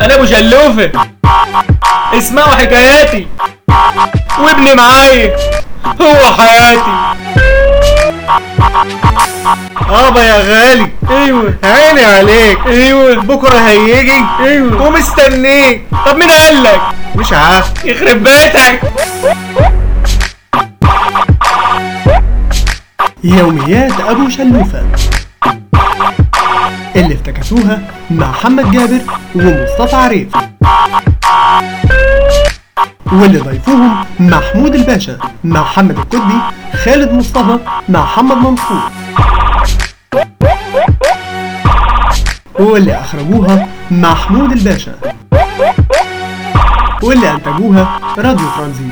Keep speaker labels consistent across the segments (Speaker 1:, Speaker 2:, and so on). Speaker 1: انا ابو شلوفه اسمعوا حكاياتي وابني معايا هو حياتي
Speaker 2: ابا آه، يا غالي
Speaker 1: ايوه
Speaker 2: عيني عليك
Speaker 1: ايوه
Speaker 2: بكره هيجي
Speaker 1: ايوه
Speaker 2: ومستنيك
Speaker 1: طب مين قال لك
Speaker 2: مش عارف
Speaker 1: يخرب بيتك
Speaker 3: يوميات أبو شلوفة اللي افتكسوها مع محمد جابر ومصطفى عريف واللي ضيفوهم محمود الباشا مع محمد الكتبي خالد مصطفى مع محمد منصور واللي أخرجوها محمود الباشا واللي أنتجوها راديو ترانزيت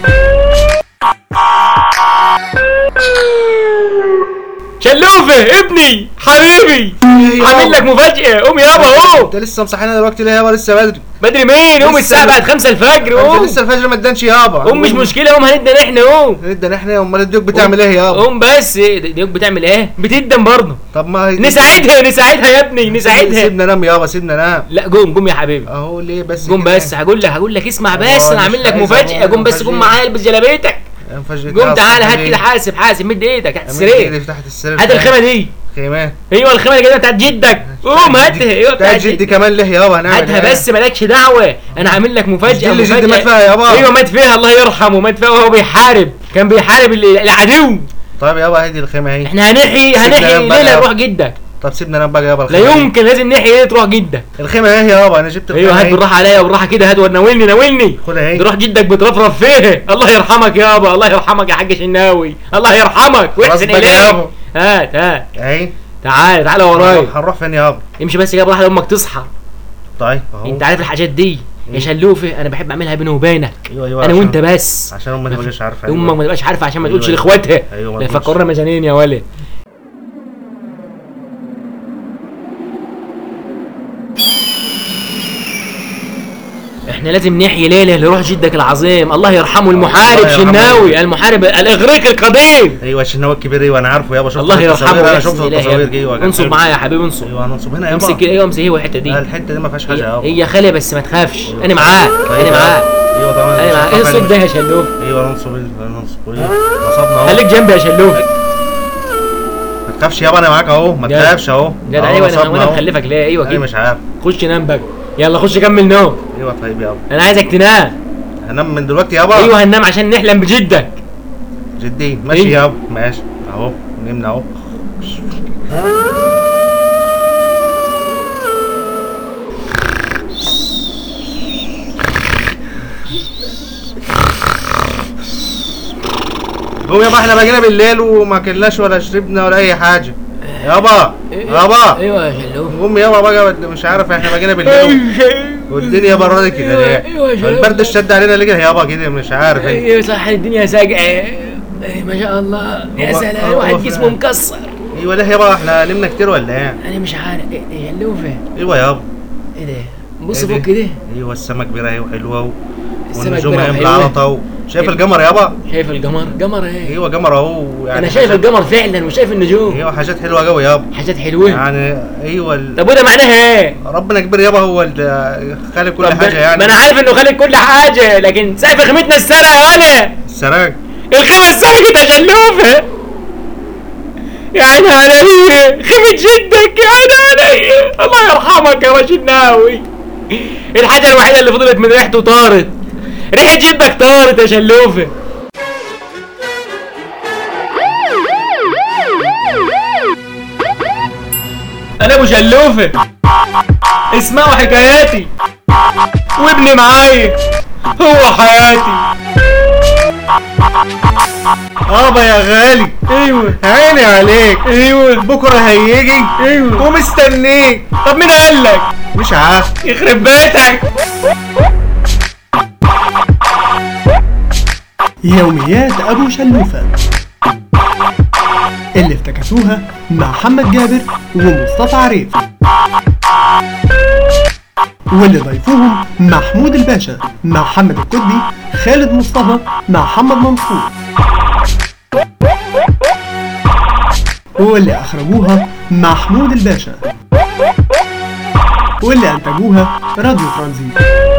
Speaker 1: شلوفه ابني حبيبي عامل لك مفاجاه قوم يابا اهو
Speaker 2: انت لسه مصحينا دلوقتي ليه يابا لسه بدري
Speaker 1: بدري مين قوم الساعه بعد 5 الفجر
Speaker 2: انت
Speaker 1: قوم
Speaker 2: لسه الفجر ما ادانش يابا
Speaker 1: قوم مش مشكله قوم هندن احنا قوم
Speaker 2: ده احنا امال الديوك بتعمل ايه يابا
Speaker 1: قوم بس إيه ده- ديوك بتعمل ايه بتدن برضه
Speaker 2: طب ما هي-
Speaker 1: نساعدها نساعدها يا ابني نساعدها
Speaker 2: سيبنا نام يابا سيبنا نام
Speaker 1: لا قوم قوم يا حبيبي
Speaker 2: اهو ليه بس
Speaker 1: قوم
Speaker 2: كده؟
Speaker 1: بس هقول لك هقول لك اسمع بس
Speaker 2: آه،
Speaker 1: انا
Speaker 2: إيه. مش
Speaker 1: عامل لك
Speaker 2: عايز
Speaker 1: مفاجاه
Speaker 2: أقول
Speaker 1: قوم بس قوم
Speaker 2: مفاجأة.
Speaker 1: معايا البس جلابيتك
Speaker 2: انفجرت
Speaker 1: قوم
Speaker 2: يابا،
Speaker 1: تعالى هات
Speaker 2: ليه؟
Speaker 1: كده حاسب حاسب مد ايدك تحت
Speaker 2: أعمل
Speaker 1: السرير
Speaker 2: إيه تحت السرير
Speaker 1: هات الخيمه دي
Speaker 2: خيمات
Speaker 1: ايوه الخيمه اللي جايه بتاعت جدك قوم هاتها ايوه
Speaker 2: بتاع
Speaker 1: بتاعت
Speaker 2: جدي
Speaker 1: جدك
Speaker 2: كمان ليه يابا هنعمل
Speaker 1: هاتها
Speaker 2: إيه؟
Speaker 1: بس مالكش دعوه انا عامل لك
Speaker 2: مش
Speaker 1: مفاجاه
Speaker 2: دي اللي جدي
Speaker 1: مفاجأة.
Speaker 2: مات فيها يابا.
Speaker 1: ايوه مات فيها الله يرحمه مات فيها وهو بيحارب كان بيحارب ال- العدو
Speaker 2: طيب يابا هدي الخيمه اهي
Speaker 1: احنا هنحيي
Speaker 2: لا،
Speaker 1: هنحيي
Speaker 2: بقى.
Speaker 1: ليله نروح جدك
Speaker 2: طب سيبنا نام بقى يابا
Speaker 1: لا
Speaker 2: الخيمة أهي.
Speaker 1: يمكن لازم نحيي ليله تروح جدك
Speaker 2: الخيمه اهي يابا انا جبت الخيمه
Speaker 1: ايوه هات
Speaker 2: أهي.
Speaker 1: بالراحه عليا وبالراحه كده هات ناولني ناولني
Speaker 2: خدها اهي
Speaker 1: تروح إيه. جدك بترفرف فيه الله يرحمك يابا الله يرحمك يا حاج شناوي الله يرحمك واحسن
Speaker 2: بقى
Speaker 1: اليه
Speaker 2: يابا.
Speaker 1: هات هات
Speaker 2: اهي
Speaker 1: تعالى تعالى
Speaker 2: هنروح-
Speaker 1: ورايا
Speaker 2: هنروح فين يابا
Speaker 1: امشي بس كده براحه امك تصحى
Speaker 2: طيب اهو
Speaker 1: انت عارف الحاجات دي يا
Speaker 2: مم.
Speaker 1: شلوفه انا بحب اعملها بيني وبينك
Speaker 2: ايوه ايوه
Speaker 1: انا
Speaker 2: عشان-
Speaker 1: وانت بس
Speaker 2: عشان امي ما تبقاش عارفه أيوة.
Speaker 1: امك ما تبقاش عارفه عشان ما
Speaker 2: أيوة.
Speaker 1: تقولش لاخواتها
Speaker 2: أيوة، ما
Speaker 1: لا
Speaker 2: تقولش.
Speaker 1: يفكرونا مجانين يا ولد احنا لازم نحيي ليله لروح جدك العظيم الله يرحمه المحارب
Speaker 2: الله يرحمه.
Speaker 1: شناوي المحارب الاغريقي القديم
Speaker 2: ايوه عشان هو الكبير ايوه انا عارفه يابا شفت
Speaker 1: الله
Speaker 2: التصاوير،
Speaker 1: يرحمه
Speaker 2: انا
Speaker 1: ويحسن
Speaker 2: شفت
Speaker 1: إليه.
Speaker 2: التصاوير دي وكان
Speaker 1: انصب
Speaker 2: حلو.
Speaker 1: معايا يا حبيبي انصب
Speaker 2: ايوه هننصب هنا يابا
Speaker 1: امسك كده ايوه امسك ايوه الحته دي
Speaker 2: لا، الحته دي ما فيهاش حاجه يابا
Speaker 1: هي هي خاليه بس ما تخافش
Speaker 2: أيوة.
Speaker 1: انا معاك انا معاك
Speaker 2: ايوه طبعا
Speaker 1: انا معاك ايه الصوت ده يا شلوف
Speaker 2: ايوه ننصب ال- ننصب ايه نصبنا اهو
Speaker 1: خليك جنبي يا شلوف
Speaker 2: ما تخافش يابا انا معاك اهو ما
Speaker 1: جدع.
Speaker 2: تخافش اهو
Speaker 1: جدع
Speaker 2: أهو
Speaker 1: ايوه انا
Speaker 2: نصبنا
Speaker 1: وانا
Speaker 2: أهو. أيوة
Speaker 1: مخلفك ليه ايوه
Speaker 2: انا
Speaker 1: كده
Speaker 2: مش عارف
Speaker 1: خش نام بقى يلا خش كمل نوم
Speaker 2: ايوه طيب يابا
Speaker 1: انا عايزك تنام
Speaker 2: هنام من دلوقتي يابا
Speaker 1: ايوه هننام عشان نحلم بجدك
Speaker 2: جدي ماشي
Speaker 1: إيه؟
Speaker 2: يابا ماشي اهو نمنا اهو قوم يابا احنا باجينا بالليل وما كلناش ولا شربنا ولا اي حاجه يابا يابا
Speaker 1: ايوه يا شلوف
Speaker 2: قوم يابا بقى مش عارف احنا باجينا
Speaker 1: إيه؟
Speaker 2: بالليل أيوة، والدنيا برا كده ليه
Speaker 1: أيوة يا شباب.
Speaker 2: البرد اشتد علينا ليه يابا كده مش عارف ايه
Speaker 1: ايوه صح الدنيا ساقعه إيه، ما شاء الله يا
Speaker 2: هو-
Speaker 1: سلام
Speaker 2: هو
Speaker 1: واحد
Speaker 2: فعلا.
Speaker 1: جسمه مكسر
Speaker 2: ايوه ليه يابا احنا نمنا كتير ولا ايه
Speaker 1: انا مش عارف ايه إيه يا شلوفه
Speaker 2: ايوه يابا
Speaker 1: ايه ده بص
Speaker 2: إيه ده؟
Speaker 1: فوق كده
Speaker 2: ايوه السما كبيره اهي وحلوه و-
Speaker 1: السما
Speaker 2: والنجوم
Speaker 1: كبيرة
Speaker 2: اهي
Speaker 1: وحلوة.
Speaker 2: ملعلطه و- شايف
Speaker 1: إيه؟
Speaker 2: القمر يابا
Speaker 1: شايف القمر قمر ايه
Speaker 2: ايوه قمر اهو يعني
Speaker 1: انا شايف
Speaker 2: حاجات-
Speaker 1: القمر فعلا وشايف النجوم
Speaker 2: ايوه حاجات حلوه قوي يابا
Speaker 1: حاجات حلوه
Speaker 2: يعني ايوه ال...
Speaker 1: طب وده معناها ايه
Speaker 2: ربنا كبير يابا هو ال- خالق كل
Speaker 1: طب
Speaker 2: حاجه يعني
Speaker 1: ما انا عارف انه خالق كل حاجه لكن سقف خيمتنا السرقه يا ولا
Speaker 2: السراج
Speaker 1: الخيمه اتسرقت يا شلوفه يا عيني علي خيمه جدك يا عيني علي الله يرحمك يا رشيد ناوي الحاجه الوحيده اللي فضلت من ريحته طارت ريحه جدك طارت يا شلوفه انا ابو شلوفه اسمعوا حكاياتي وابني معايا هو حياتي
Speaker 2: ابا يا غالي
Speaker 1: ايوه
Speaker 2: عيني عليك
Speaker 1: ايوه
Speaker 2: بكره هيجي
Speaker 1: ايوه
Speaker 2: ومستنيك
Speaker 1: طب مين قال لك
Speaker 2: مش عارف
Speaker 1: يخرب بيتك
Speaker 3: يوميات أبو شلوفة اللي افتكسوها مع محمد جابر ومصطفى عريف واللي ضيفوهم محمود الباشا مع محمد الكتبي خالد مصطفى مع محمد منصور واللي أخرجوها محمود الباشا واللي أنتجوها راديو ترانزيت